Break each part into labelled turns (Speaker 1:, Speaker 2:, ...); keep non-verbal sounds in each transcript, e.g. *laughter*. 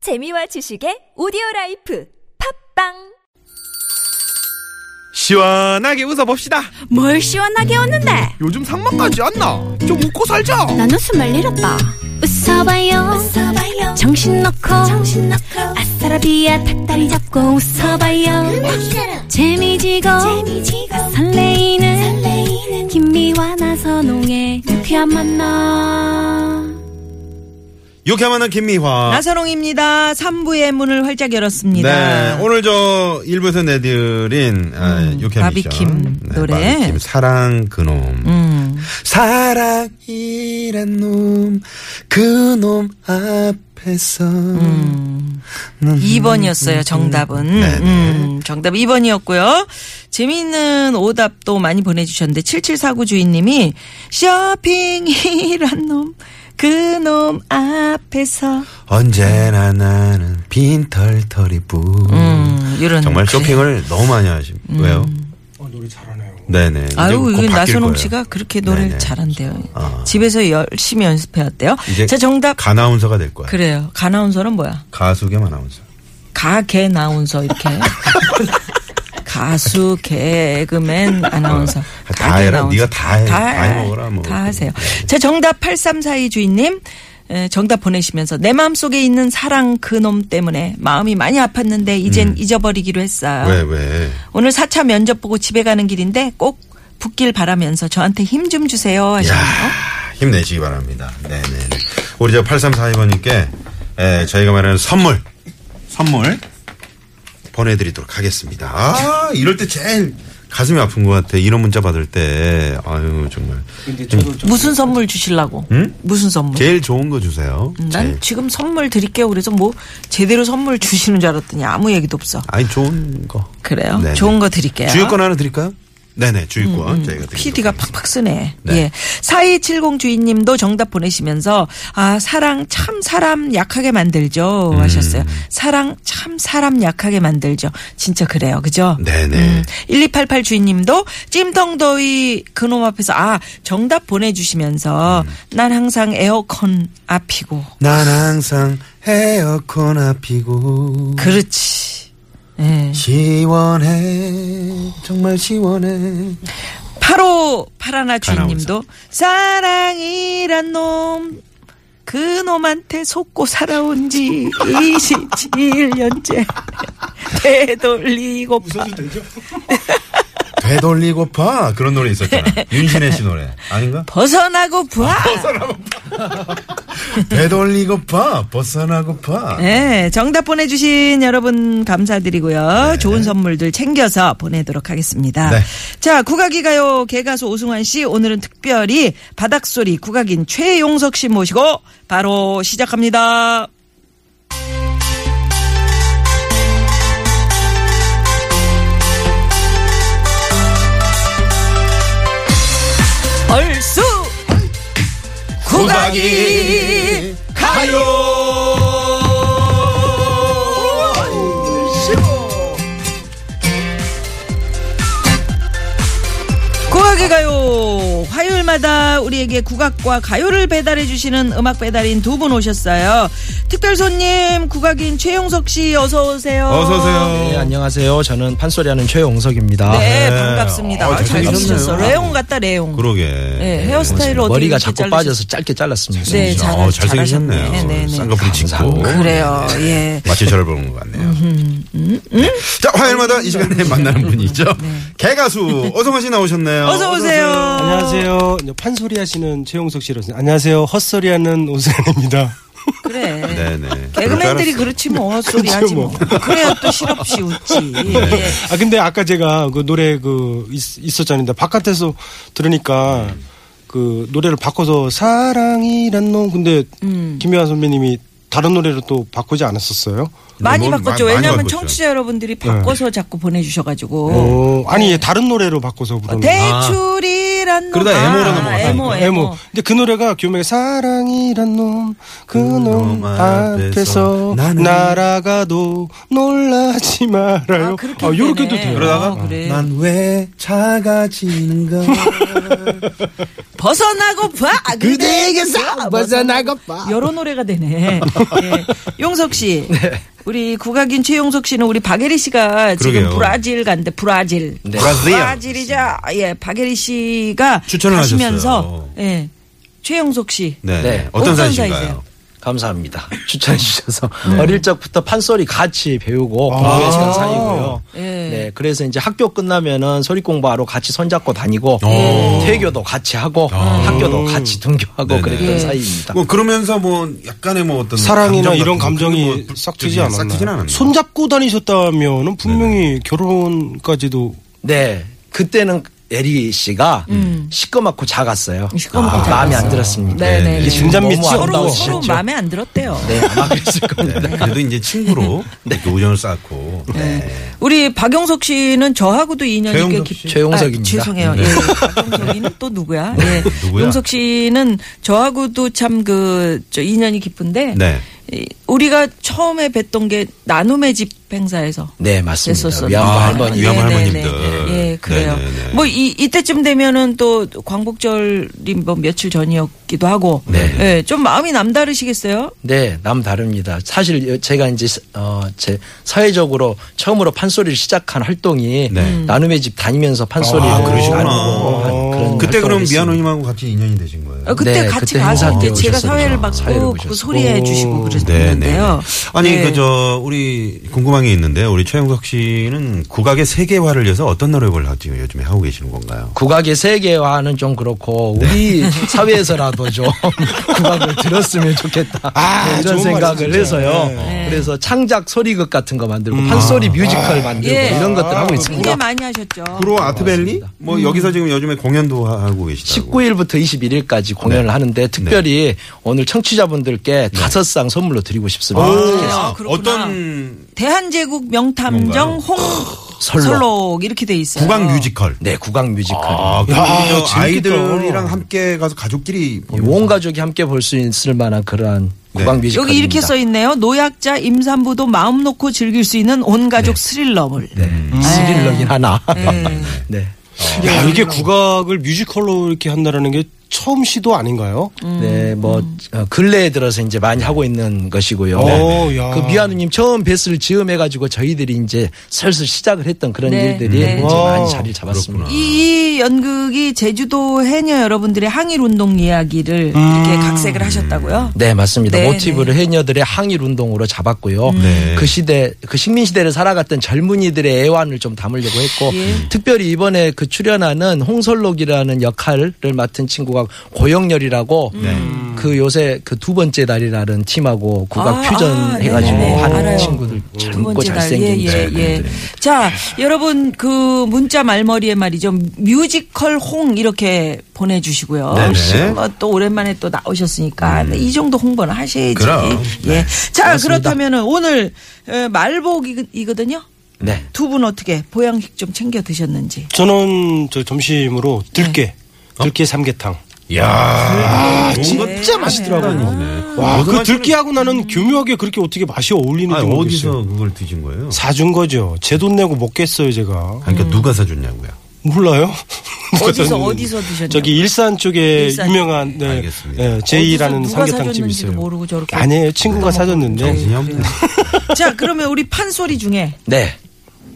Speaker 1: 재미와 지식의 오디오 라이프 팝빵
Speaker 2: 시원하게 웃어봅시다.
Speaker 3: 뭘 시원하게 웃는데
Speaker 2: 요즘 상만까지 안 나. 좀 웃고 살자.
Speaker 3: 난 웃음을 잃었다 웃어봐요, 정신 놓고 아싸라비아 닭다리 잡고 웃어봐요 재미지고, 설레이는, 김미와 나선홍의 유쾌한 만남
Speaker 4: 유쾌만한 김미화.
Speaker 5: 나선홍입니다. 3부의 문을 활짝 열었습니다. 음.
Speaker 4: 네, 오늘 저 일부에서 내드린 아, 유쾌한
Speaker 5: 바비킴
Speaker 4: 미션. 네,
Speaker 5: 노래. 음.
Speaker 4: 바비킴 사랑 그놈. 사랑이란 놈, 그놈 앞에서.
Speaker 5: 음. 2번이었어요, 정답은.
Speaker 4: 네, 네.
Speaker 5: 음, 정답 2번이었고요. 재미있는 오답도 많이 보내주셨는데, 7749 주인님이, 쇼핑이란 놈, 그 놈 앞에서.
Speaker 4: 언제나 나는 빈털털이 뿐.
Speaker 5: 음, 이런.
Speaker 4: 정말
Speaker 5: 글.
Speaker 4: 쇼핑을 너무 많이 하신, 왜요? 아, 노래 잘하네요. 네네. 이제 곧
Speaker 5: 아유, 이건
Speaker 4: 바뀔
Speaker 5: 나선홍
Speaker 4: 거예요.
Speaker 5: 씨가 그렇게 노래를
Speaker 4: 네네.
Speaker 5: 잘한대요.
Speaker 4: 아.
Speaker 5: 집에서 열심히 연습해왔대요.
Speaker 4: 이제
Speaker 5: 자, 정답.
Speaker 4: 가나운서가 될 거야.
Speaker 5: 그래요. 가나운서는 뭐야?
Speaker 4: 가수 겸 아나운서.
Speaker 5: 가개
Speaker 4: *laughs*
Speaker 5: 나운서 이렇게 가수 개그맨 아나운서
Speaker 4: 어, 다 해라. 네가 다 해. 많이 먹어라, 뭐.
Speaker 5: 다 하세요 자 정답 8342 주인님 에, 정답 보내시면서 내 마음속에 있는 사랑 그놈 때문에 마음이 많이 아팠는데 이젠 잊어버리기로 했어요
Speaker 4: 음. 왜, 왜?
Speaker 5: 오늘 4차 면접 보고 집에 가는 길인데 꼭 붙길 바라면서 저한테 힘 좀 주세요 하셨네요
Speaker 4: 야, 힘내시기 바랍니다. 네네. 우리 저 8342번님께 에, 저희가 말하는 선물. 선물. 보내드리도록 하겠습니다. 아, 이럴 때 제일 가슴이 아픈 것 같아. 이런 문자 받을 때. 아유, 정말.
Speaker 5: 무슨 선물 주실라고 무슨 선물
Speaker 4: 제일 좋은 거 주세요.
Speaker 5: 음, 난
Speaker 4: 제일.
Speaker 5: 지금 선물 드릴게요. 그래서 뭐 제대로 선물 주시는 줄 알았더니 아무 얘기도 없어.
Speaker 4: 아니, 좋은 거.
Speaker 5: 그래요?
Speaker 4: 네네.
Speaker 5: 좋은 거 드릴게요.
Speaker 4: 주유권 하나 드릴까요? 네네,
Speaker 5: 음,
Speaker 4: 주유권. 저희가 드리도록
Speaker 5: PD가 팍팍 쓰네.
Speaker 4: 네.
Speaker 5: 예. 4270 주인님도 정답 보내시면서 아, 사랑 참 사람 약하게 만들죠.
Speaker 4: 음.
Speaker 5: 하셨어요. 사랑 참 사람 약하게 만들죠. 진짜 그래요. 그죠?
Speaker 4: 네네.
Speaker 5: 음. 1288 주인님도 찜덩더위 그놈 앞에서 아, 정답 보내주시면서
Speaker 4: 음.
Speaker 5: 난 항상 에어컨 앞이고
Speaker 4: 난 항상 에어컨 앞이고
Speaker 5: 그렇지. 예.
Speaker 4: 시원해 정말 시원해
Speaker 5: 8호 파라나 주인님도 사랑이란 놈. 그 놈한테 속고 살아온 지 27년째 *laughs* 되돌리고 봐.
Speaker 4: 되돌리고파 그런 노래 있었잖아 윤신혜 씨 노래 아닌가
Speaker 5: 아, 벗어나고 봐.
Speaker 4: 되돌리고파 벗어나고파
Speaker 5: 네, 정답 보내주신 여러분 감사드리고요. 좋은 선물들 챙겨서 보내도록 하겠습니다.
Speaker 4: 네.
Speaker 5: 자, 국악이 가요 개가수 오승환 씨 오늘은 특별히 바닥소리 국악인 최용석 씨 모시고 바로 시작합니다. 얼쑤 국악이 국악의 가요 화요일마다 우리에게 국악과 가요를 배달해 주시는 음악 배달인 두 분 오셨어요. 특별 손님 국악인 최용석 씨 어서 오세요.
Speaker 4: 어서 오세요
Speaker 6: 네, 안녕하세요. 저는 판소리하는 최용석입니다.
Speaker 5: 네, 반갑습니다.
Speaker 4: 어,
Speaker 5: 아, 잘
Speaker 4: 잘생기셨네요.
Speaker 5: 오셨어. 레옹 같다 레옹.
Speaker 4: 그러게
Speaker 5: 네, 헤어스타일을 어떻게
Speaker 6: 머리가
Speaker 5: 이렇게
Speaker 6: 자꾸
Speaker 5: 잘라주셨-
Speaker 6: 빠져서 짧게 잘랐습니다.
Speaker 5: 네, 잘
Speaker 4: 어,
Speaker 5: 잘하셨네. 네, 네,
Speaker 4: 잘생기셨네요
Speaker 5: 네.
Speaker 4: 쌍꺼풀 찍고 네.
Speaker 6: 감사합니다.
Speaker 5: 그래요. 예.
Speaker 4: 마치 저를 보는 것 같네요 네. 자 화요일마다 이 시간에 만나는 분이죠 개가수 어성환 씨 나오셨네요
Speaker 5: 어서 오세요.
Speaker 7: 안녕하세요. 이제 판소리 하시는 최용석 씨로서 안녕하세요. 헛소리 하는 오세현입니다.
Speaker 5: 그래.
Speaker 4: 네네
Speaker 5: 개그맨들이 그렇지 뭐 소리
Speaker 7: 그렇죠,
Speaker 5: 하지 뭐.
Speaker 7: 뭐.
Speaker 5: 그래야 또 실없이 웃지. 예.
Speaker 7: 아 근데 아까 제가 그 노래 그 있, 었잖아요 근데 바깥에서 들으니까 그 노래를 바꿔서 사랑이란 놈 근데 김혜화 선배님이 다른 노래로 또 바꾸지 않았었어요?
Speaker 5: 많이
Speaker 4: 뭐,
Speaker 5: 바꿨죠.
Speaker 4: 많이
Speaker 5: 왜냐하면
Speaker 4: 바꿨죠.
Speaker 5: 청취자 여러분들이 바꿔서 자꾸 보내주셔가지고.
Speaker 7: 어, 아니 얘 다른 노래로 바꿔서 부르는
Speaker 5: 대출이 사랑이란 놈.
Speaker 4: 그러다 에모라는 것 같아요.
Speaker 5: 에모,
Speaker 7: 에
Speaker 5: 에모.
Speaker 7: 모 근데 그 노래가 교명의 사랑이란 놈, 그 놈
Speaker 4: 그놈 앞에서
Speaker 7: 앞에서
Speaker 4: 나는
Speaker 7: 날아가도 놀라지 말아요.
Speaker 5: 아, 그렇게
Speaker 7: 요렇게
Speaker 5: 되네.
Speaker 7: 해도 돼요.
Speaker 4: 그러다가 네.
Speaker 5: 아, 그래.
Speaker 4: 난 왜 작아지는가
Speaker 5: 벗어나고 봐. 아, 그대에게서 벗어나고 봐. 여러 노래가 되네. 예. 용석 씨. 우리 국악인 최용석 씨는 우리 박예리 씨가 지금
Speaker 4: 그러게요. 네.
Speaker 5: 브라질 간대. 브라질.
Speaker 4: 브라질.
Speaker 5: 브라질이자 예, 박예리 씨가
Speaker 4: 추천을
Speaker 5: 가시면서
Speaker 4: 하셨어요.
Speaker 5: 예. 최용석 씨.
Speaker 4: 네,
Speaker 6: 네.
Speaker 4: 어떤
Speaker 5: 어떤
Speaker 4: 사이신가요?
Speaker 5: 사이세요?
Speaker 6: 감사합니다. *laughs* 추천해 주셔서
Speaker 5: 네.
Speaker 6: 어릴 적부터 판소리 같이 배우고
Speaker 5: 아.
Speaker 6: 공부했던 사이고요.
Speaker 5: 예.
Speaker 6: 네, 그래서 이제 학교 끝나면은 소리 공부하러 같이 손잡고 다니고
Speaker 4: 오.
Speaker 5: 어.
Speaker 6: 퇴교도 같이 하고
Speaker 5: 아.
Speaker 6: 학교도 같이 등교하고
Speaker 4: 네네.
Speaker 6: 그랬던
Speaker 5: 예.
Speaker 6: 사이입니다.
Speaker 4: 뭐 그러면서 뭐 약간의 뭐 어떤
Speaker 7: 사랑이나
Speaker 4: 감정 같은
Speaker 7: 이런
Speaker 4: 거,
Speaker 7: 감정이
Speaker 4: 그게 뭐
Speaker 7: 싹 트지
Speaker 4: 저기
Speaker 7: 않았나.
Speaker 4: 싹 트진 않았나.
Speaker 7: 손잡고 다니셨다면은 분명히 결혼까지도
Speaker 6: 네, 그때는 에리 씨가 시끄맣고 작았어요.
Speaker 5: 음. 시끄럽고 작았어요.
Speaker 6: 마음에 안 들었습니다.
Speaker 5: 네, 네,
Speaker 6: 이
Speaker 5: 네.
Speaker 6: 진짠미치
Speaker 7: 너무
Speaker 5: 서로 서로
Speaker 6: 아름다우시죠?
Speaker 5: 마음에 안 들었대요.
Speaker 6: 네, *laughs* 아마 그랬을 겁니다.
Speaker 4: 네, 그래도 이제
Speaker 7: *laughs*
Speaker 4: 친구로
Speaker 7: 네.
Speaker 4: 이렇게 우정을 쌓고 네.
Speaker 5: 우리 박용석 씨는 저하고도
Speaker 4: 최용석
Speaker 5: 인연이 꽤 깊.
Speaker 6: 씨? 최용석입니다.
Speaker 5: 아, 죄송해요.
Speaker 6: 네.
Speaker 5: 예. 박용석이는 또 누구야? 예.
Speaker 4: 네. 누구야?
Speaker 5: 용석 씨는 저하고도 참 그 저 인연이 깊은데
Speaker 4: 네.
Speaker 5: 이, 우리가 처음에 뵀던 게 나눔의 집 행사에서
Speaker 6: 네, 맞습니다.
Speaker 5: 됐었었죠.
Speaker 6: 위안부
Speaker 4: 아,
Speaker 6: 할머니.
Speaker 4: 위안부
Speaker 5: 네, 네,
Speaker 4: 할머님들.
Speaker 5: 네, 네. 예, 그래요.
Speaker 4: 네, 네, 네.
Speaker 5: 뭐 이, 이때쯤 되면은 또 광복절이 뭐 며칠 전이었기도 하고
Speaker 6: 네.
Speaker 5: 예, 좀 마음이 남다르시겠어요?
Speaker 6: 네, 남 다릅니다. 사실 제가 이제 어 제 사회적으로 처음으로 판소리를 시작한 활동이
Speaker 4: 네. 음.
Speaker 6: 나눔의 집 다니면서 판소리를
Speaker 4: 아, 그러시구나.
Speaker 6: 나누고 한 그런
Speaker 4: 그때
Speaker 6: 뭐 활동을
Speaker 4: 그럼
Speaker 6: 했습니다.
Speaker 4: 미아노님하고 같이 인연이 되신 거예요?
Speaker 5: 어, 그때
Speaker 6: 네,
Speaker 5: 같이
Speaker 6: 그때
Speaker 5: 가서
Speaker 6: 행사
Speaker 5: 이제
Speaker 6: 때
Speaker 5: 제가
Speaker 6: 오셨었죠.
Speaker 5: 사회를
Speaker 6: 사회를
Speaker 5: 받고 그
Speaker 6: 보셨어요.
Speaker 5: 소리해
Speaker 4: 네,
Speaker 5: 주시고
Speaker 4: 네.
Speaker 5: 그랬는데요.
Speaker 4: 아니
Speaker 5: 네.
Speaker 4: 그저 우리 궁금한 게 있는데 우리 최영석 씨는 국악의 세계화를 위해서 어떤 노력을 하지 요즘에 하고 계시는 건가요?
Speaker 6: 국악의 세계화는 좀 그렇고 우리
Speaker 4: 네.
Speaker 6: *laughs* 사회에서라도 좀 *laughs* 국악을 들었으면 좋겠다
Speaker 7: 아,
Speaker 6: 네, 이런
Speaker 7: 좋은
Speaker 6: 생각을
Speaker 7: 말이죠.
Speaker 6: 해서요.
Speaker 5: 네.
Speaker 6: 그래서 창작 소리극 같은 거 만들고
Speaker 4: 음. 아.
Speaker 6: 판소리 뮤지컬 만들고
Speaker 5: 예.
Speaker 6: 이런 것들 하고
Speaker 5: 굉장히
Speaker 6: 있습니다.
Speaker 5: 많이 하셨죠.
Speaker 4: 프로 아트밸리? 뭐 여기서 지금 요즘에 공연도 하고 계시다고.
Speaker 6: 19일부터 21일까지
Speaker 7: 네.
Speaker 6: 공연을 하는데 특별히 오늘 청취자분들께 다섯 상 선물로 드리고
Speaker 4: 오,
Speaker 6: 싶습니다.
Speaker 5: 아, 그렇구나.
Speaker 4: 어떤
Speaker 5: 대한제국 명탐정 홍
Speaker 6: 설록.
Speaker 5: 설록 이렇게 돼 있어요.
Speaker 4: 국악 뮤지컬?
Speaker 6: 네, 국악 뮤지컬.
Speaker 4: 아, 그럼
Speaker 7: 야,
Speaker 4: 저
Speaker 7: 재밌겠다.
Speaker 4: 아이들이랑 함께 가서 가족끼리 보면
Speaker 6: 온 가족이 함께 볼 수 있을 만한 그러한
Speaker 7: 네.
Speaker 6: 국악 뮤지컬.
Speaker 5: 여기 이렇게 써 있네요. 노약자, 임산부도 마음 놓고 즐길 수 있는 온
Speaker 6: 네.
Speaker 5: 가족 스릴러물. 예.
Speaker 6: 스릴러긴 하나. *laughs* 네.
Speaker 4: 아.
Speaker 7: 야, 이게 국악을 뮤지컬로 이렇게 한다라는 게 처음 시도 아닌가요?
Speaker 6: 네, 뭐 어, 근래에 들어서 이제 많이 하고 있는 것이고요.
Speaker 7: 오, 야.
Speaker 6: 그 미아누님 처음 뵀을 즈음해 가지고 저희들이 이제 슬슬 시작을 했던 그런
Speaker 5: 네,
Speaker 6: 일들이
Speaker 5: 네.
Speaker 6: 이제
Speaker 7: 와.
Speaker 6: 많이 자리를 잡았습니다.
Speaker 5: 이, 이 연극이 제주도 해녀 여러분들의 항일 운동 이야기를 이렇게 각색을 하셨다고요?
Speaker 6: 아. 네, 맞습니다.
Speaker 5: 네, 음.
Speaker 6: 모티브를 해녀들의 항일 운동으로 잡았고요.
Speaker 4: 네.
Speaker 6: 그 시대, 그 식민 시대를 살아갔던 젊은이들의 애환을 좀 담으려고 했고,
Speaker 5: 예.
Speaker 6: 특별히 이번에 그 출연하는 홍설록이라는 역할을 맡은 친구가 고영렬이라고,
Speaker 5: 음.
Speaker 6: 그 요새 그 두 번째 달이라는 팀하고 국악
Speaker 5: 네. 아,
Speaker 6: 퓨전
Speaker 5: 아,
Speaker 6: 해가지고
Speaker 5: 네네.
Speaker 6: 하는
Speaker 5: 알아요.
Speaker 6: 친구들
Speaker 5: 두
Speaker 6: 젊고
Speaker 5: 번째 날.
Speaker 6: 잘생긴
Speaker 5: 예, 예,
Speaker 6: 친구들.
Speaker 5: 예. 자, 여러분 그 문자 말머리에 말이죠. 뮤지컬 홍 이렇게 보내 주시고요.
Speaker 4: 네네.
Speaker 5: 또 오랜만에 또 나오셨으니까
Speaker 6: 음.
Speaker 5: 네, 이 정도 홍보는 하셔야지.
Speaker 4: 그럼.
Speaker 5: 예.
Speaker 6: 네.
Speaker 5: 자,
Speaker 6: 고맙습니다.
Speaker 5: 그렇다면은 오늘 에, 말복이거든요.
Speaker 6: 네.
Speaker 5: 두 분 어떻게 보양식 좀 챙겨 드셨는지.
Speaker 7: 저는 저 점심으로
Speaker 4: 네.
Speaker 7: 들깨,
Speaker 4: 어?
Speaker 7: 들깨 삼계탕. 음.
Speaker 4: 야,
Speaker 5: 진짜
Speaker 4: 맛있더라고요.
Speaker 7: 와, 그 들깨하고 나는 교묘하게 그렇게 어떻게 맛이 어울리는지
Speaker 4: 아니,
Speaker 7: 모르겠어요.
Speaker 4: 어디서 그걸 드신 거예요?
Speaker 7: 사준 거죠. 제 돈 내고 먹겠어요, 제가.
Speaker 4: 아니, 그러니까 누가 사줬냐고요.
Speaker 7: 몰라요?
Speaker 5: *laughs*
Speaker 7: 누가
Speaker 5: 어디서
Speaker 7: 샀는지.
Speaker 5: 어디서 드셨냐고.
Speaker 7: 저기 일산 쪽에
Speaker 5: 일산.
Speaker 7: 유명한 네,
Speaker 4: 알겠습니다.
Speaker 7: 네, 제이라는
Speaker 5: 어디서 누가
Speaker 7: 삼계탕집
Speaker 5: 사줬는지도
Speaker 7: 있어요.
Speaker 5: 모르고 저렇게
Speaker 7: 아니에요, 친구가 사줬는데.
Speaker 4: 네. 정신이 없네.
Speaker 5: 자, 그러면 우리 판소리 중에
Speaker 6: 네.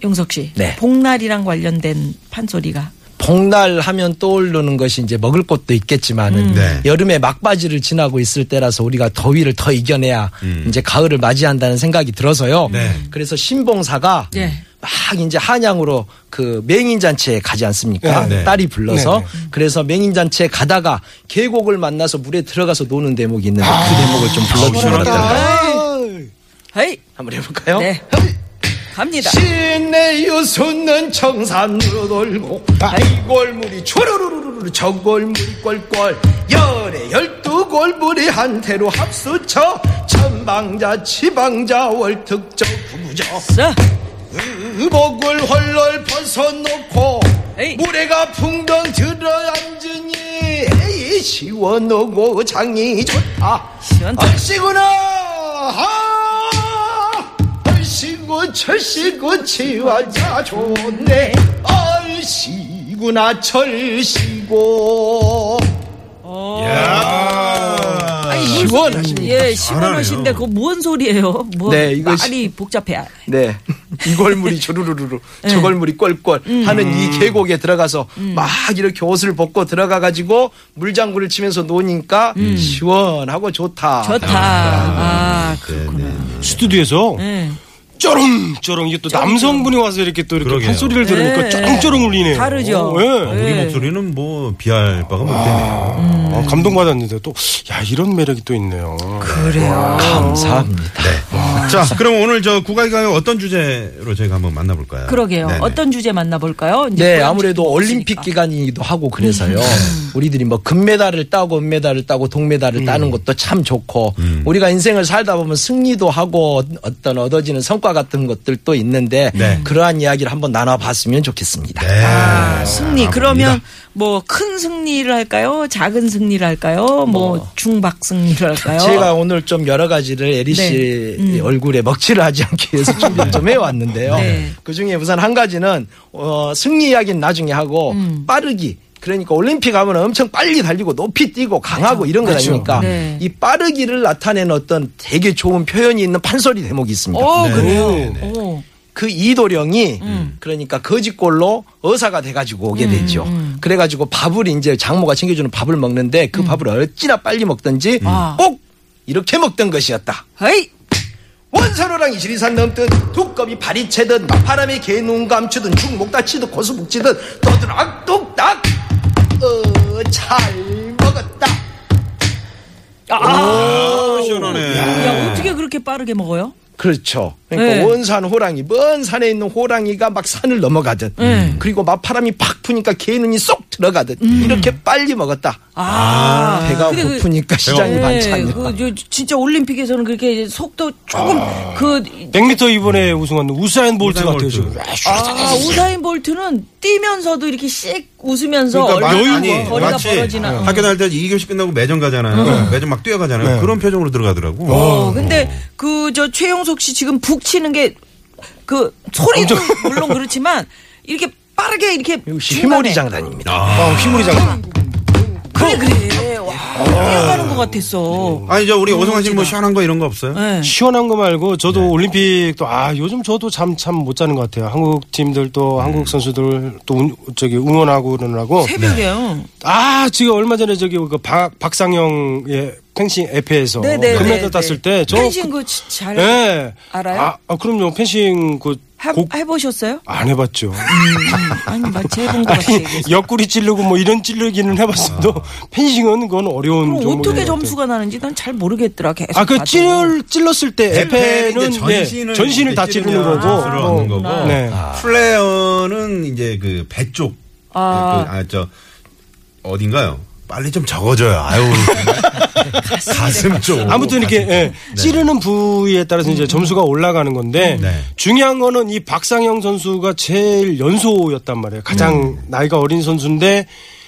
Speaker 5: 용석 씨.
Speaker 6: 네.
Speaker 5: 복날이랑 관련된 판소리가
Speaker 6: 복날 하면 떠오르는 것이 이제 먹을 것도 있겠지만은
Speaker 4: 네.
Speaker 6: 여름에 막바지를 지나고 있을 때라서 우리가 더위를 더 이겨내야 이제 가을을 맞이한다는 생각이 들어서요.
Speaker 4: 음. 네.
Speaker 6: 그래서 신봉사가
Speaker 5: 네.
Speaker 6: 막 이제 한양으로 그 맹인잔치에 가지 않습니까?
Speaker 4: 네.
Speaker 6: 딸이 불러서
Speaker 7: 네,
Speaker 6: 그래서 맹인잔치에 가다가 계곡을 만나서 물에 들어가서 노는 대목이 있는데 그
Speaker 4: 아,
Speaker 6: 대목을 좀 불러주시면 어떨까요?
Speaker 7: 아,
Speaker 5: 헤이
Speaker 6: 한번 해볼까요?
Speaker 5: 네. 갑니다.
Speaker 6: 시내 유수는 청산으로 돌고
Speaker 5: 아.
Speaker 6: 이골물이 초르르르르 저골물이 꼴꼴 열에 열두 골물이 한태로 합수쳐 천방자 치방자 월특적 부부적
Speaker 5: 자,
Speaker 6: 의복을 헐헐 벗어놓고
Speaker 5: 에이.
Speaker 6: 모래가 풍덩 들어앉으니 에이, 시원하고 장이 좋다
Speaker 5: 시원하다.
Speaker 6: 얼씨구나 아, 얼씨구 철씨구 치와자 좋네 얼씨구나 철씨구 아, 시원하십니까?
Speaker 5: 예, 시원하신데 그거 뭔 소리예요? 뭐
Speaker 6: 네, 이거 시-
Speaker 5: 말이 복잡해.
Speaker 6: 네. *laughs* 이걸물이 주르르르, 저걸물이 꼴꼴 하는 이 계곡에 들어가서 막 이렇게 옷을 벗고 들어가가지고 물장구를 치면서 노니까 시원하고 음. 좋다.
Speaker 5: 좋다. 아,
Speaker 6: 네.
Speaker 5: 그렇구나.
Speaker 7: 스튜디오에서
Speaker 5: 예.
Speaker 7: 쩌렁쩌렁 이게 또 남성분이 와서 이렇게 또 이렇게
Speaker 4: 그러게요.
Speaker 7: 판소리를 들으니까
Speaker 5: 예.
Speaker 7: 쩌렁쩌렁 울리네요.
Speaker 5: 다르죠.
Speaker 7: 어, 예.
Speaker 4: 우리 목소리는 뭐 비할 바가 못 되네요.
Speaker 7: 아, 감동받았는데 또 야 이런 매력이 또 있네요.
Speaker 4: 그
Speaker 6: 감사합니다.
Speaker 4: 네. 아. 자, 그럼 오늘 저 국악가요 어떤 주제로 저희가 한번 만나볼까요?
Speaker 5: 그러게요.
Speaker 4: 네네.
Speaker 5: 어떤 주제 만나볼까요? 이제
Speaker 6: 네,
Speaker 5: 고양이
Speaker 6: 아무래도
Speaker 5: 집도
Speaker 6: 올림픽
Speaker 5: 있으니까. 음.
Speaker 6: 기간이기도 하고 그래서요. 우리들이 뭐 금메달을 따고 은메달을 따고 동메달을
Speaker 5: 음.
Speaker 6: 따는 것도 참 좋고 우리가 인생을 살다 보면 승리도 하고 어떤 얻어지는 성과 같은 것들도 있는데
Speaker 4: 네.
Speaker 6: 그러한 이야기를 한번 나눠봤으면 좋겠습니다.
Speaker 4: 네.
Speaker 5: 아, 승리.
Speaker 4: 아,
Speaker 5: 그러면
Speaker 4: 봅니다.
Speaker 5: 뭐 큰 승리를 할까요? 작은 승리를 할까요? 뭐 중박 승리를 할까요?
Speaker 6: 제가 오늘 좀 여러 가지를 에리
Speaker 5: 네.
Speaker 6: 씨 얼굴에 먹칠을 하지 않기 위해서 준비를 좀 해왔는데요.
Speaker 5: 네.
Speaker 6: 그 중에 우선 한 가지는 어, 승리 이야기는 나중에 하고
Speaker 5: 음.
Speaker 6: 빠르기. 그러니까 올림픽 하면 엄청 빨리 달리고 높이 뛰고 강하고 이런 거 아닙니까?
Speaker 5: 네.
Speaker 6: 이 빠르기를 나타내는 어떤 되게 좋은 표현이 있는 판소리 대목이 있습니다.
Speaker 5: 오, 어, 그래요. 어.
Speaker 4: 네네네.
Speaker 5: 오.
Speaker 6: 그 이도령이 그러니까 거짓골로 의사가 돼가지고 오게 되죠. 그래가지고 밥을 이제 장모가 챙겨주는 밥을 먹는데 그 밥을 어찌나 빨리 먹든지
Speaker 5: 아.
Speaker 6: 꼭 이렇게 먹던 것이었다.
Speaker 5: 헤이.
Speaker 6: 원사로랑 이시리산 넘든 두꺼비 발이 채든 바람에 개눈 감추든 죽목 다치든 고수 북치든 또드락 똑딱 어, 어잘 먹었다.
Speaker 4: 아, 시원하네.
Speaker 5: 야, 어떻게 그렇게 빠르게 먹어요?
Speaker 6: 그렇죠. 그러니까
Speaker 5: 네.
Speaker 6: 원산 호랑이, 먼 산에 있는 호랑이가 막 산을 넘어가듯,
Speaker 5: 네.
Speaker 6: 그리고 막 바람이 팍 부니까 개 눈이 쏙 들어가듯, 이렇게 빨리 먹었다.
Speaker 5: 음. 아,
Speaker 6: 배가
Speaker 5: 근데 그-
Speaker 6: 고프니까 시장이
Speaker 5: 네,
Speaker 6: 반찬이.
Speaker 5: 그, 저, 진짜 올림픽에서는 그렇게 속도 조금
Speaker 4: 아.
Speaker 5: 그
Speaker 7: 100m 이번에 우승한 우사인 볼트
Speaker 4: 우사인
Speaker 7: 같아요
Speaker 4: 볼트.
Speaker 7: 지금.
Speaker 5: 아, 우사인 볼트는 뛰면서도 이렇게 씩 웃으면서
Speaker 4: 그러니까
Speaker 5: 얼굴
Speaker 4: 많이
Speaker 5: 아, 거리가 벌어지나. 어.
Speaker 4: 학교 다닐 때 2교시 끝나고 매점 가잖아요. 매점 막 뛰어가잖아요. 그런 표정으로 들어가더라고.
Speaker 5: 어, 근데 그 저 최용석 씨 지금 북 치는 게 그 소리도 물론 그렇지만 이렇게 빠르게 이렇게
Speaker 6: 역시
Speaker 5: 중간에
Speaker 6: 휘몰이 장단입니다. 어,
Speaker 4: 아, 휘물이 장.
Speaker 5: 그래 그래 와 뛰어가는 것 같았어.
Speaker 4: 아니 저
Speaker 7: 음,
Speaker 4: 우리 오성환 씨는 뭐 시원한 거 이런 거 없어요?
Speaker 7: 네.
Speaker 5: 예.
Speaker 7: 시원한 거 말고 저도
Speaker 5: 네.
Speaker 7: 올림픽도 아 요즘 저도 잠 참 못 자는 것 같아요. 한국 팀들
Speaker 5: 네.
Speaker 7: 또 한국 선수들 또 운- 저기 응원하고 그러느라고
Speaker 5: 새벽에요.
Speaker 7: 아 지금 얼마 전에 저기 그 박, 박상영의 펜싱 에페에서
Speaker 4: 어.
Speaker 5: 네, 네, 네,
Speaker 7: 금메달
Speaker 5: 네.
Speaker 7: 땄을 때저
Speaker 5: 펜싱 그잘
Speaker 4: 네.
Speaker 7: 예.
Speaker 5: 알아요?
Speaker 7: 아, 아, 그럼요 펜싱
Speaker 5: 해,
Speaker 7: 그곡안
Speaker 5: 해보셨어요?
Speaker 7: 해봤죠.
Speaker 5: 아니 마치 해본 것 같아.
Speaker 7: 아니
Speaker 4: *laughs*
Speaker 5: 이게.
Speaker 7: 옆구리 찌르고 뭐 이런 찌르기는 해봤어도 *laughs* 펜싱은 그건 어려운
Speaker 5: 아. 그럼
Speaker 7: 종목인
Speaker 5: 어떻게
Speaker 7: 것 같아요.
Speaker 5: 점수가 나는지 난 잘 모르겠더라. 계속
Speaker 7: 아그
Speaker 5: 봐도.
Speaker 7: 찔 찔렀을 때
Speaker 4: 네, 에펠이 이제
Speaker 7: 에페는 네.
Speaker 4: 전신을
Speaker 7: 전신을, 전신을 다
Speaker 4: 이제
Speaker 7: 찌르는 거고
Speaker 4: 전신으로
Speaker 7: 어,
Speaker 4: 얻는 거고. 아.
Speaker 7: 네.
Speaker 4: 플레어는 이제 그 배 쪽.
Speaker 5: 아.
Speaker 7: 네,
Speaker 4: 그, 아, 저, 어딘가요? 빨리 좀 적어줘요.
Speaker 7: *laughs*
Speaker 4: 아유. 가슴 쪽.
Speaker 7: 아무튼 이렇게
Speaker 4: 가슴 쪽.
Speaker 7: 예, 찌르는 부위에 따라서 이제 점수가 올라가는 건데
Speaker 4: 네.
Speaker 7: 중요한 거는 이 박상영 선수가 제일 연소였단 말이에요. 가장 나이가 어린 선수인데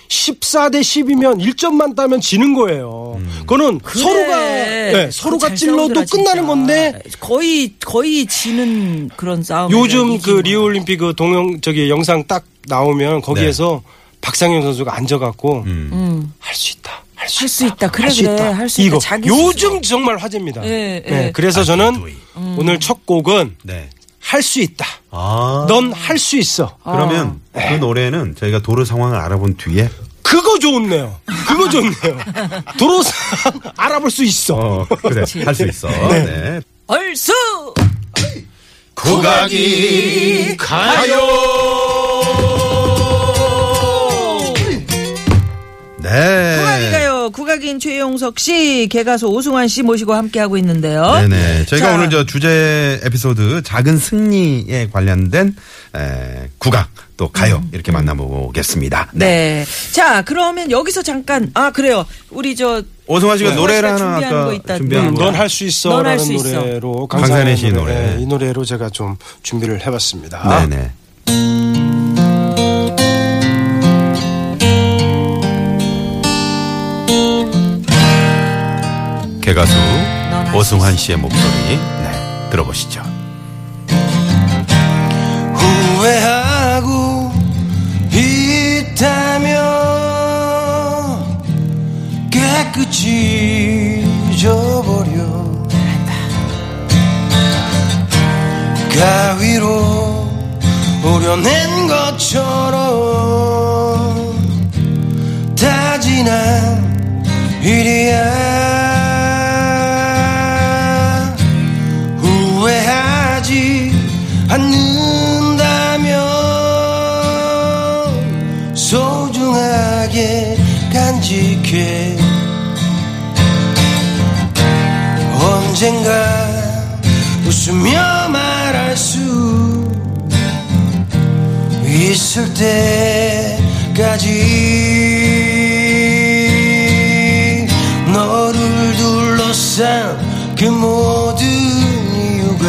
Speaker 7: 14대 10이면 1점만 따면 지는 거예요. 그거는 서로가 예,
Speaker 5: 그거
Speaker 7: 서로가
Speaker 5: 잘
Speaker 7: 찔러도
Speaker 5: 싸우더라,
Speaker 7: 끝나는
Speaker 5: 진짜.
Speaker 7: 건데
Speaker 5: 거의 거의 지는 그런
Speaker 4: 어,
Speaker 5: 싸움.
Speaker 7: 요즘 그 리우 올림픽 그 동영 저기 영상 딱 나오면 거기에서
Speaker 4: 네.
Speaker 7: 박상영 선수가 앉아갖고
Speaker 4: 음.
Speaker 7: 할 수 있다. 할 수
Speaker 5: 음. 할수 있다. 그래,
Speaker 7: 할수
Speaker 5: 그래.
Speaker 7: 있다.
Speaker 5: 할수 있다.
Speaker 7: 이거
Speaker 5: 자기
Speaker 7: 요즘 정말 화제입니다.
Speaker 5: 예, 예. 음.
Speaker 7: 네,
Speaker 4: 아,
Speaker 7: 그래서 저는 오늘 첫 곡은
Speaker 4: 네.
Speaker 7: 할 수 있다.
Speaker 4: 아.
Speaker 7: 넌 할 수 있어.
Speaker 4: 그러면
Speaker 7: 아.
Speaker 4: 그 노래는 저희가 도로 상황을 알아본 뒤에
Speaker 7: 그거 좋네요. 그거 좋네요. 도로상 *laughs* 알아볼 수 있어.
Speaker 4: 어, 그래. 할 수 있어. 네.
Speaker 5: 얼수
Speaker 4: 국악이 가요. 네.
Speaker 5: 국악인가요? 국악인 최용석 씨, 개가수 오승환 씨 모시고 함께 하고 있는데요.
Speaker 4: 네네. 저희가
Speaker 5: 어? 자,
Speaker 4: 오늘 저 주제 에피소드 작은 승리에 관련된 에, 국악 또 가요 이렇게 만나보겠습니다.
Speaker 5: 네. 자, 그러면 여기서 잠깐 아 그래요. 우리 저
Speaker 4: 오성환 씨가
Speaker 5: 네.
Speaker 4: 노래를
Speaker 5: 오성환
Speaker 4: 하나
Speaker 5: 씨가 준비한 거
Speaker 4: 아까
Speaker 5: 있다.
Speaker 4: 준비한
Speaker 5: 음,
Speaker 4: 거.
Speaker 7: 네. 넌 할 수
Speaker 5: 넌할
Speaker 7: 있어라는
Speaker 5: 수 있어.
Speaker 7: 노래로
Speaker 4: 강산의 시 노래. 네,
Speaker 7: 예, 이 노래로 제가 좀 준비를 해봤습니다.
Speaker 4: 네네. 개가수
Speaker 5: 할수
Speaker 4: 오승환 씨의 목소리 네, 들어보시죠.
Speaker 7: 후회하고 있다면 깨끗이 잊어버려 가위로 오려낸 것처럼 따지난 일이야 후회하지 않는다면 소중하게 간직해 언젠가 웃으며 말할 수 있을 때까지 너를 둘러싼 그 모든 이유가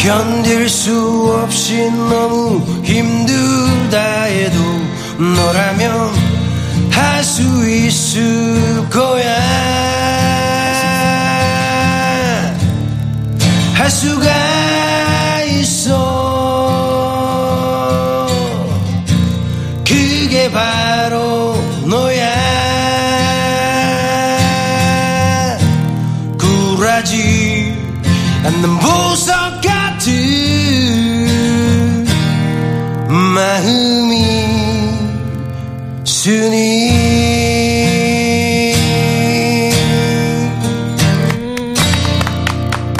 Speaker 7: 견딜 수 없이 너무 힘들다 해도 너라면 할 수 있을 거야 할 수가 있어 그게 바로 너야 굴하지 않는 보석 같은 마음이 있으니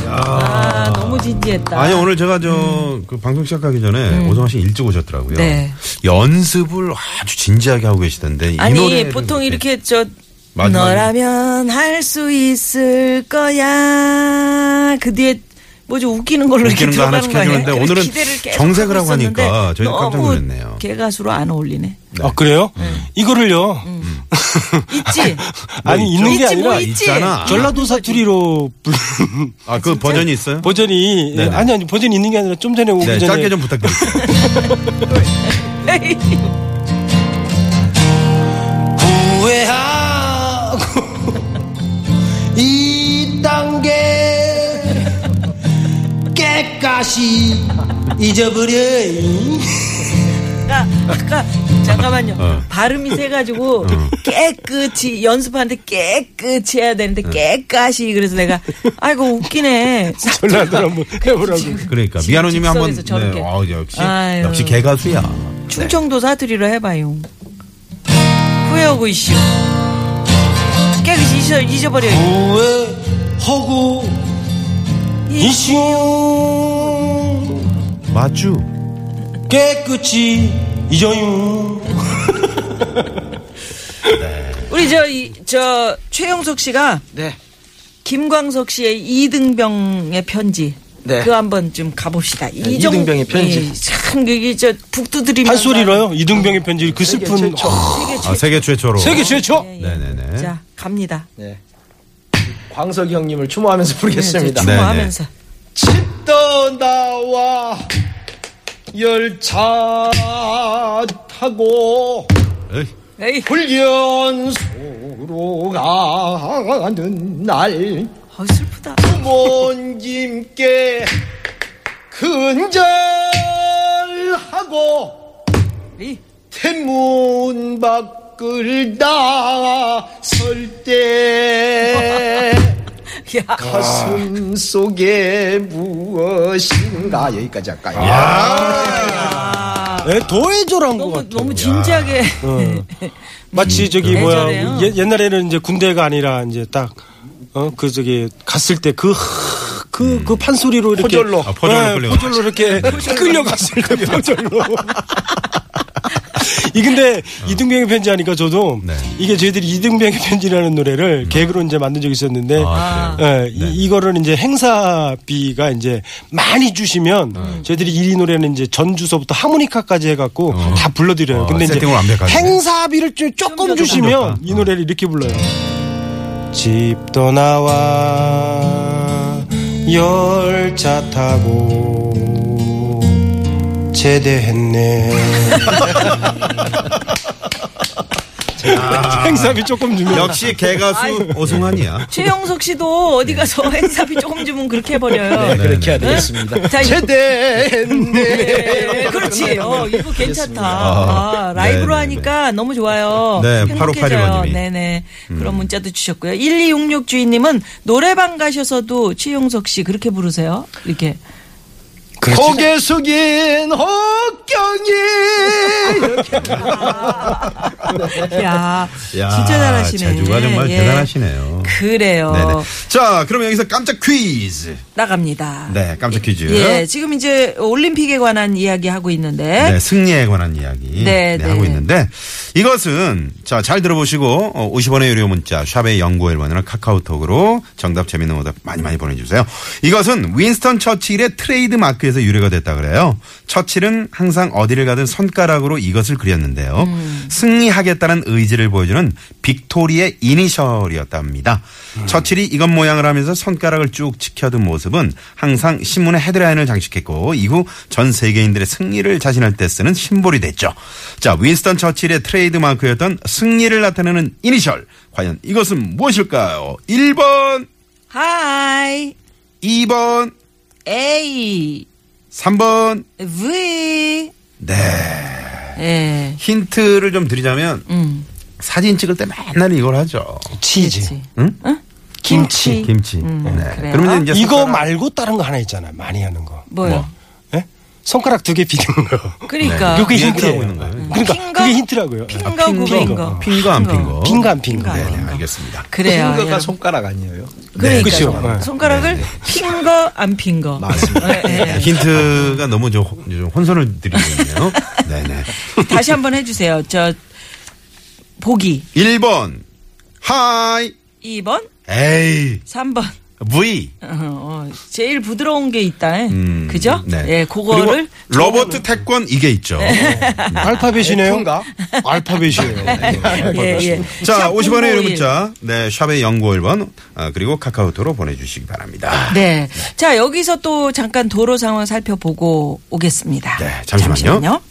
Speaker 5: 아, 너무 진지했다. 음.
Speaker 4: 아니 오늘 제가 저 그 방송 시작하기 전에 오성환 씨 일찍 오셨더라고요.
Speaker 5: 네.
Speaker 4: 연습을 아주 진지하게 하고 계시던데 이
Speaker 5: 아니
Speaker 4: 노래를
Speaker 5: 보통 이렇게 저
Speaker 4: 마지막에.
Speaker 5: 너라면 할 수 있을 거야 그 뒤에 뭐지 웃기는 걸로 이렇게
Speaker 4: 웃기는 거 하나
Speaker 5: 들어가는 거 아니야?
Speaker 4: 시켜주는데
Speaker 5: 그래서
Speaker 4: 오늘은
Speaker 5: 기대를 계속
Speaker 4: 정색을 하고
Speaker 5: 있었는데
Speaker 4: 하니까 저희도 깜짝
Speaker 5: 너무
Speaker 4: 놀랐네요.
Speaker 5: 개가수로 안 어울리네.
Speaker 4: 네.
Speaker 8: 아 그래요? 이거를요.
Speaker 4: *laughs*
Speaker 5: 있지.
Speaker 8: 아니
Speaker 4: 있죠.
Speaker 8: 있는 게
Speaker 5: 있지, 뭐
Speaker 8: 아니라
Speaker 5: 있지.
Speaker 4: 있잖아.
Speaker 8: 전라도 사투리로
Speaker 4: *laughs*
Speaker 8: 부르는
Speaker 4: 아그 버전이 있어요?
Speaker 8: 버전이 예,
Speaker 4: 네네.
Speaker 8: 아니 아니 버전이 있는 게 아니라 좀 전에 오기
Speaker 4: 네,
Speaker 8: 전에
Speaker 4: 짧게 좀
Speaker 5: *laughs*
Speaker 4: 부탁드릴게요.
Speaker 8: *laughs*
Speaker 7: 후회하고 이딴 게 깨까시 잊어버려
Speaker 5: 아까, 아까 그러니까, 잠깐만요.
Speaker 4: 어.
Speaker 5: 발음이 세가지고 깨끗이 연습하는데 깨끗이 해야
Speaker 4: 어.
Speaker 5: 되는데 깨끗이 그래서 내가 아이고 웃기네.
Speaker 8: 전라도 한번 해보라고.
Speaker 4: 그러니까
Speaker 5: 지-
Speaker 4: 미아노님이 한번
Speaker 5: 직선에서 저렇게.
Speaker 4: 네, 아, 역시
Speaker 5: 아유.
Speaker 4: 역시 개가수야.
Speaker 5: 충청도 사투리로 해봐요. 후회하고 있슈. 깨끗이 잊어, 잊어버려요.
Speaker 7: 후회하고 이시오
Speaker 4: 맞죠?
Speaker 7: 깨끗이
Speaker 4: 음.
Speaker 7: 잊어요
Speaker 5: 우리 저, 이, 저, 최영석 씨가. 김광석 씨의 이등병의 편지.
Speaker 9: 네.
Speaker 5: 그거 한번 좀 가봅시다. 이정-
Speaker 6: 이등병의 편지.
Speaker 5: 예, 참, 이게 저, 북두드리면서.
Speaker 8: 판소리로요. 이등병의 편지 그 슬픈
Speaker 4: 아, 세계 최초로.
Speaker 8: 세계 최초.
Speaker 5: 예, 예.
Speaker 4: 네네네.
Speaker 5: 자, 갑니다.
Speaker 6: 네. 광석 형님을 추모하면서 부르겠습니다.
Speaker 5: 그렇죠.
Speaker 4: 네.
Speaker 5: 추모하면서.
Speaker 6: 집도 나와 열차 타고
Speaker 4: 에이,
Speaker 5: 에이,
Speaker 6: 훈련소로 가는 날
Speaker 5: 어, 슬프다.
Speaker 6: 부모님께 근절하고
Speaker 5: 에이.
Speaker 6: 대문 밖을 나설 때
Speaker 5: 야,
Speaker 6: 가슴 속에 무엇인가 여기까지 할까요?
Speaker 7: 아,
Speaker 8: 예, 더해줘란 것
Speaker 5: 너무,
Speaker 8: 같아.
Speaker 5: 너무 진지하게.
Speaker 8: 마치 저기
Speaker 5: 음,
Speaker 8: 뭐야
Speaker 5: 예전에요.
Speaker 8: 옛- 옛날에는 이제 군대가 아니라 이제 딱어그 저기 갔을 때 그 그 그 판소리로 이렇게
Speaker 6: 포졸로.
Speaker 4: 아, 음. *laughs* 포졸로
Speaker 8: 예,
Speaker 4: 끌려가-
Speaker 8: 포졸로 이렇게 끌려갔을 때
Speaker 4: *laughs*
Speaker 8: 포졸로 이 근데 이등병의 편지 하니까 저도
Speaker 4: 어. 네. 음.
Speaker 8: 이게 저희들이 이등병의 편지라는 노래를 개그로 이제 만든 적이 있었는데
Speaker 4: 아,
Speaker 8: 예, 이- 이거를 이제 행사비가 이제 많이 주시면
Speaker 4: 음.
Speaker 8: 저희들이 이 노래는 이제 전주서부터 하모니카까지 해갖고 다 불러드려요.
Speaker 4: 어,
Speaker 8: 근데 이제
Speaker 4: 세팅을 완벽하게.
Speaker 8: 행사비를 좀 조금 주시면
Speaker 4: 좋다.
Speaker 8: 이 노래를 이렇게 불러요. 집도 나와 열차 타고 *laughs* 제대했네.
Speaker 7: 행사비 조금 주면
Speaker 4: 역시 개가수 오승환이야.
Speaker 5: 최영석 씨도 어디 가서 행사비 조금 주면 그렇게 해버려요.
Speaker 4: 네,
Speaker 6: 그렇게 해야
Speaker 5: 네.
Speaker 6: 되겠습니다.
Speaker 5: 자, 이-
Speaker 6: 제대네.
Speaker 5: 네, 그렇지. 어, 이거 괜찮다.
Speaker 4: 아,
Speaker 5: 아, 라이브로
Speaker 4: 네네네.
Speaker 5: 하니까 너무 좋아요.
Speaker 4: 네,
Speaker 5: 행복해져요.
Speaker 4: 8581번 님이. 음.
Speaker 5: 네네. 그런 문자도 주셨고요. 1266 주인님은 노래방 가셔서도 최용석 씨 그렇게 부르세요? 이렇게.
Speaker 6: 고개 숙인 혹경이
Speaker 5: 야,
Speaker 4: *laughs* 야,
Speaker 5: 진짜 잘하시네.
Speaker 4: 재주가 정말
Speaker 5: 예. 어.
Speaker 4: 대단하시네요.
Speaker 5: 그래요.
Speaker 4: 네네. 자, 그럼 여기서 깜짝 퀴즈.
Speaker 5: 나갑니다.
Speaker 4: 네, 깜짝 퀴즈.
Speaker 5: 예, 지금 이제 올림픽에 관한 이야기 하고 있는데.
Speaker 4: 네, 승리에 관한 이야기 네,
Speaker 5: 네, 네.
Speaker 4: 하고 있는데 이것은 자 잘 들어보시고 어, 50원의 유료 문자 샵의 연구 1번이나 카카오톡으로 정답 재밌는 오답 많이 많이 보내주세요. 이것은 윈스턴 처칠의 트레이드 마크에서 유래가 됐다 그래요. 처칠은 항상 어디를 가든 손가락으로 이것을 그렸는데요. 승리하겠다는 의지를 보여주는 빅토리의 이니셜이었답니다. 처칠이 이것 모양을 하면서 손가락을 쭉 지켜둔 모습은 항상 신문의 헤드라인을 장식했고 이후 전 세계인들의 승리를 자신할 때 쓰는 심볼이 됐죠. 자, 윈스턴 처칠의 트레이드마크였던 승리를 나타내는 이니셜. 과연 이것은 무엇일까요? 1번,
Speaker 5: 하이,
Speaker 4: 2번,
Speaker 5: 에이,
Speaker 4: 3번.
Speaker 5: V.
Speaker 4: 네.
Speaker 5: 예.
Speaker 4: 힌트를 좀 드리자면
Speaker 5: 음.
Speaker 4: 사진 찍을 때 맨날 이걸 하죠.
Speaker 7: 치즈.
Speaker 5: 그치.
Speaker 4: 응?
Speaker 5: 김치.
Speaker 4: 김치. 네.
Speaker 5: 그래요?
Speaker 4: 그러면 이제
Speaker 7: 이거
Speaker 4: 손가락-
Speaker 7: 말고 다른 거 하나 있잖아요. 많이 하는 거.
Speaker 5: 뭐요?
Speaker 7: 예? 손가락 두 개 비는 거.
Speaker 5: 그러니까.
Speaker 7: 그게
Speaker 4: 얘기를
Speaker 7: 힌트예요.
Speaker 4: 하고 있는 거예요.
Speaker 7: 그러니까
Speaker 5: 핑거?
Speaker 7: 그게 힌트라고요. 아,
Speaker 5: 핑거 구린 거.
Speaker 4: 핑거 안 핑거.
Speaker 7: 어. 핑거 안 핑거.
Speaker 5: 핑거.
Speaker 4: 네,
Speaker 5: 안
Speaker 4: 네,
Speaker 5: 핑거.
Speaker 4: 알겠습니다.
Speaker 5: 그래요.
Speaker 6: 핑거가
Speaker 5: 여러분.
Speaker 6: 손가락 아니에요.
Speaker 5: 그러니까
Speaker 7: 그쵸.
Speaker 5: 요
Speaker 7: 네.
Speaker 5: 손가락을 핀 거 안 핀 거.
Speaker 6: 맞습니다.
Speaker 5: 네, 네.
Speaker 4: 힌트가 너무 저 호- 좀 혼선을 드리네요. 네네.
Speaker 5: 다시 한번 해주세요. 저 보기
Speaker 4: 1번 하이
Speaker 5: 2번,
Speaker 4: 에이
Speaker 5: 3번.
Speaker 4: V
Speaker 5: 어, 어, 제일 부드러운 게 있다.
Speaker 4: 음,
Speaker 5: 그죠?
Speaker 4: 네.
Speaker 5: 예, 그거를 네.
Speaker 4: 그리고 로버트 태권 이게 있죠.
Speaker 7: 알파벳이네요. 네.
Speaker 6: F인가?
Speaker 7: 알파벳이에요.
Speaker 5: 예, 예.
Speaker 4: 자,
Speaker 5: 샵
Speaker 4: 50원의 유료
Speaker 5: 0951.
Speaker 4: 문자, 네, 샵의 연구 1번, 아, 그리고 카카오톡으로 보내주시기 바랍니다.
Speaker 5: 네. 자, 여기서 또 잠깐 도로 상황 살펴보고 오겠습니다.
Speaker 4: 네, 잠시만요.